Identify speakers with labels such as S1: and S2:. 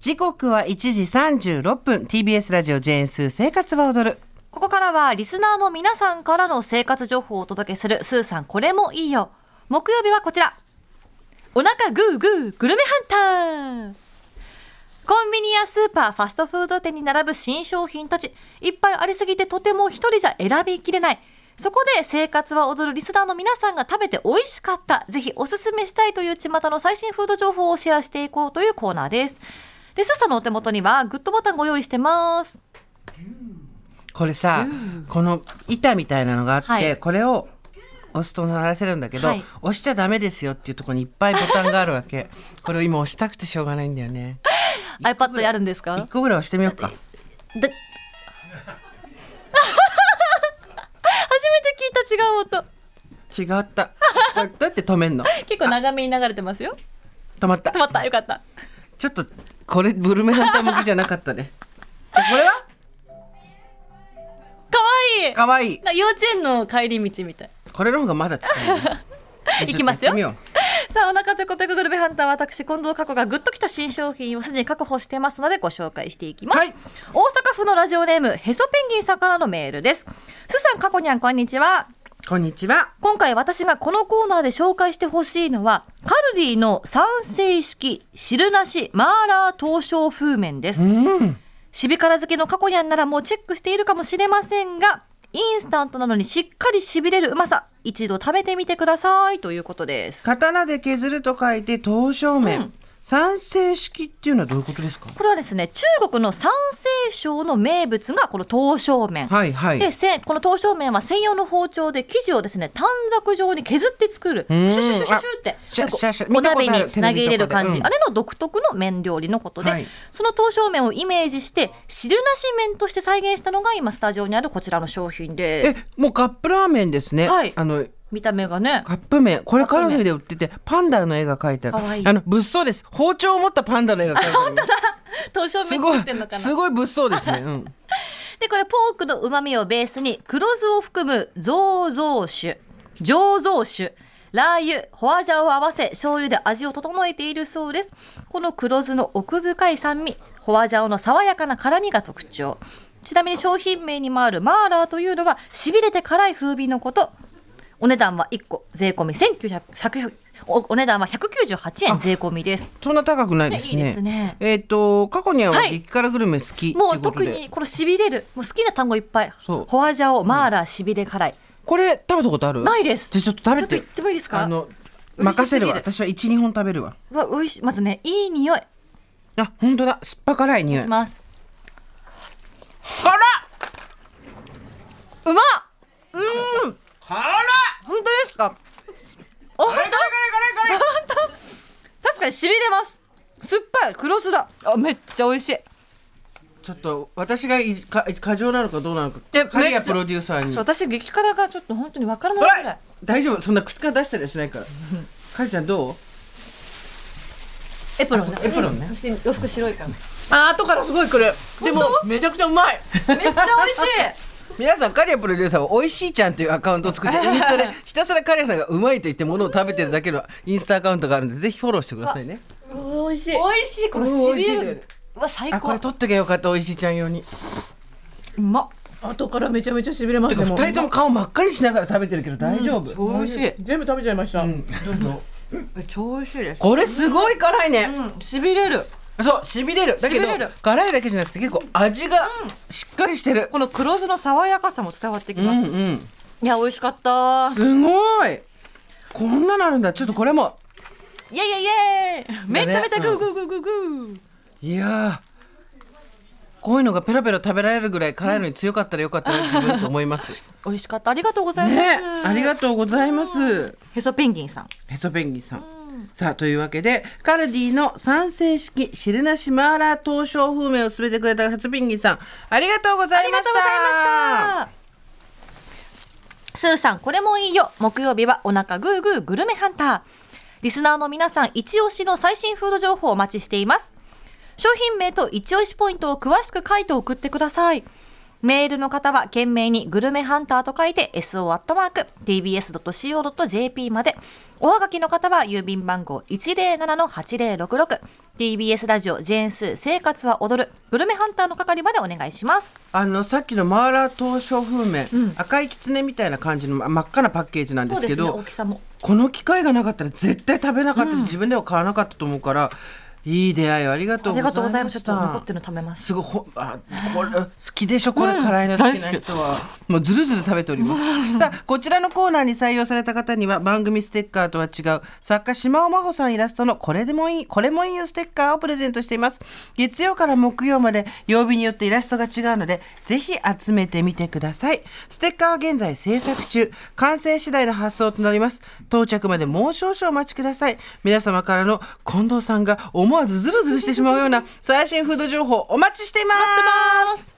S1: 時刻は1時36分 TBS ラジオ JS 生活は踊る
S2: ここからはリスナーの皆さんからの生活情報をお届けするスーさんこれもいいよ。木曜日はこちら。お腹グーグーグルメハンター。コンビニやスーパー、ファストフード店に並ぶ新商品たち、いっぱいありすぎてとても一人じゃ選びきれない。そこで生活は踊るリスナーの皆さんが食べて美味しかった、ぜひおすすめしたいという巷の最新フード情報をシェアしていこうというコーナーです。で、スーさんのお手元にはグッドボタンご用意してます。
S1: これさ、この板みたいなのがあって、
S2: はい
S1: これを押すと鳴らせるんだけど、
S2: はい
S1: 押しちゃダメですよっていうところにいっぱいボタンがあるわけこれを今押したくてしょうがないんだよね
S2: iPad やるんですか
S1: 一個ぐらい押してみようか
S2: だ初めて聞いた違う音
S1: 違ったこれどうやって止めんの
S2: 結構長めに流れてますよ
S1: 止まった
S2: 止まったよかった
S1: ちょっとこれブルメハンター向きじゃなかったねでこれは
S2: かわいい
S1: 可愛い
S2: な幼稚園の帰り道みたい、
S1: これの方がまだ使える、ね
S2: いきますよ
S1: ちょっとやってみう
S2: さあお腹ペコペコグルメハンターは私近藤佳子がグッときた新商品をすでに確保していますのでご紹介していきます、
S1: はい
S2: 大阪府のラジオネームへそペンギンさんからのメールですすさん佳子にゃんこんにちは
S1: こんにちは
S2: 今回私がこのコーナーで紹介してほしいのはカルディの三成式汁なしマーラー東照風麺です、シビ辛漬けの過去にゃんならもうチェックしているかもしれませんがインスタントなのにしっかりしびれるうまさ一度食べてみてくださいということです
S1: 刀で削ると書いて刀削麺、
S2: うん
S1: 三成式っていうのはどういうことですか
S2: これはですね中国の山西省の名物がこの刀削麺、
S1: はいはい
S2: でせんこの刀削麺は専用の包丁で生地をですね短冊状に削って作るシュ
S1: ん
S2: シュシュシュシュって
S1: シャシャシャ
S2: お鍋
S1: 見たことあ
S2: に
S1: る
S2: 投げ入れる感
S1: テレビとかで
S2: じ、
S1: うん
S2: あれの独特の麺料理のことで、
S1: はい
S2: その刀削麺をイメージして汁なし麺として再現したのが今スタジオにあるこちらの商品で
S1: え
S2: す
S1: もうカップラーメンですね、
S2: はい
S1: あの
S2: 見た目がね
S1: カップ麺これ
S2: カッ
S1: カ
S2: プ
S1: ラフ
S2: 麺
S1: ルで売っててパンダの絵が描いてある
S2: かわいい
S1: あの物騒です包丁を持ったパンダの絵が描いてある
S2: 刀削
S1: す
S2: 麺
S1: ご
S2: 作
S1: い
S2: ってんのかな
S1: すごい物騒 ですね、うん、
S2: でこれポークの旨味をベースに黒酢を含む醸造酒醸造酒ラー油ホアジャオを合わせ醤油で味を整えているそうですこの黒酢の奥深い酸味ホアジャオの爽やかな辛みが特徴ちなみに商品名にもあるマーラーというのはしびれて辛い風味のことお値段は1個税込み1900作品おお値段は198円税込みです
S1: そんな高くないですね
S2: ねいいですね
S1: えっ、と過去には
S2: はい
S1: 激辛グルメ好き、とい
S2: も
S1: ううこと
S2: 特
S1: で
S2: にこのしびれるもう好きな単語いっぱい
S1: そう
S2: ホアジャオマーラーしびれ辛い
S1: これ食べたことある
S2: ないです
S1: じゃあちょっと食べて
S2: ちょっと行ってもいいですか
S1: あの
S2: 嬉しす
S1: 任せ
S2: ぎる
S1: るわ私は一二本食べるわ
S2: うわ美味しいまずねいい匂いい
S1: あ本当だ酸っぱ辛い匂い
S2: きます
S1: 辛っ
S2: うまっ
S1: 辛っ
S2: 本当ですかお本当確かにしびれます酸っぱい黒酢だあめっちゃ美味しい
S1: ちょっと私がいか過剰なのかどうなのか
S2: え
S1: カリ
S2: めっ
S1: ア
S2: ちゃ
S1: プロデューサーに
S2: そう私激辛がちょっと本当にわからないぐ
S1: 辛
S2: ら
S1: い
S2: い
S1: 大丈夫そんな口から出したりはしないからカリちゃんどう
S2: エプロンね
S1: エプロンね
S2: うんし洋服白いからめっ
S1: あ後からすごい来るでもめちゃくちゃうまい
S2: ちゃ美味し
S1: 皆さんカリアプロデューサーはおいしいちゃんというアカウントを 作ってインスタでひたすらカリアさんがうまいと言ってものを食べてるだけのインスタアカウントがあるんでぜひフォローしてくださいね
S3: 美味しい
S2: い美味しいこのしびれるうわ最
S1: あこ
S2: 高
S1: れ取っとけばよかったおいしいちゃん用に
S2: うまっ
S3: 後からめちゃめちゃしびれます
S1: てか
S3: ね
S1: 二人とも顔真っ赤にしながら食べてるけど大丈夫、
S2: 美味しい
S3: 全部食べちゃいました、
S1: どうぞ
S2: めっちゃ美味しいです
S1: これすごい辛いね、
S2: うんしびれる
S1: そうしびれるだけど
S2: 痺れる
S1: 辛いだけじゃなくて結構味がしっかりしてる、
S2: この黒酢の爽やかさも伝わってき
S1: う
S2: ます、
S1: んうん
S2: いや美味しかった
S1: すごいこんなのあるんだちょっとこれも
S2: イエイイエイイエイめちゃめちゃグーグーグーグーグー
S1: いやーこういうのがペロペロ食べられるぐらい辛いのに強かったらよかったな自分と思いますね
S2: 美味しかったありがとうございます、
S1: ありがとうございます
S2: へそペンギンさん
S1: へそペンギンさん。さあというわけでカルディの三成式汁なしマーラー刀削風麺を勧めてくれたへそペンギンさんありがとうござ
S2: あ
S1: い
S2: り
S1: ま
S2: が
S1: した
S2: とうございましたスーさんこれもいいよ木曜日はお腹グーグーグルメハンターリスナーの皆さん一押しの最新フード情報をお待ちしています商品名と一押しポイントを詳しく書いて送ってくださいメールの方は懸命にグルメハンターと書いて so.tbs.co.jp までおはがきの方は郵便番号107-8066 TBS ラジオジェーンスー生活は踊るグルメハンターの係までお願いします
S1: あのさっきのマーラー刀削風麺、赤いきつねみたいな感じのま真っ赤なパッケージなんですけど
S2: 大きさも
S1: この機会がなかったら絶対食べなかったし、自分では買わなかったと思うからいい出会いをありが
S2: あ
S1: とう
S2: り
S1: ご
S2: がとうござ
S1: ざ
S2: い
S1: い
S2: ま
S1: ます
S2: ちょっ
S1: し
S2: と残ったて。るの食べます
S1: すごいほんあこれ好きでしょこれ辛いの好きな人は、もうずるずる食べており ますさあこちらのコーナーに採用された方には番組ステッカーとは違う作家島尾真帆さんイラストのこれでもいいこれもいいよステッカーをプレゼントしています月曜から木曜まで曜日によってイラストが違うのでぜひ集めてみてくださいステッカーは現在制作中完成次第の発送となります到着までもう少々お待ちください皆様からの近藤さんが思わずズルズルしてしまうような最新フード情報お待ちしています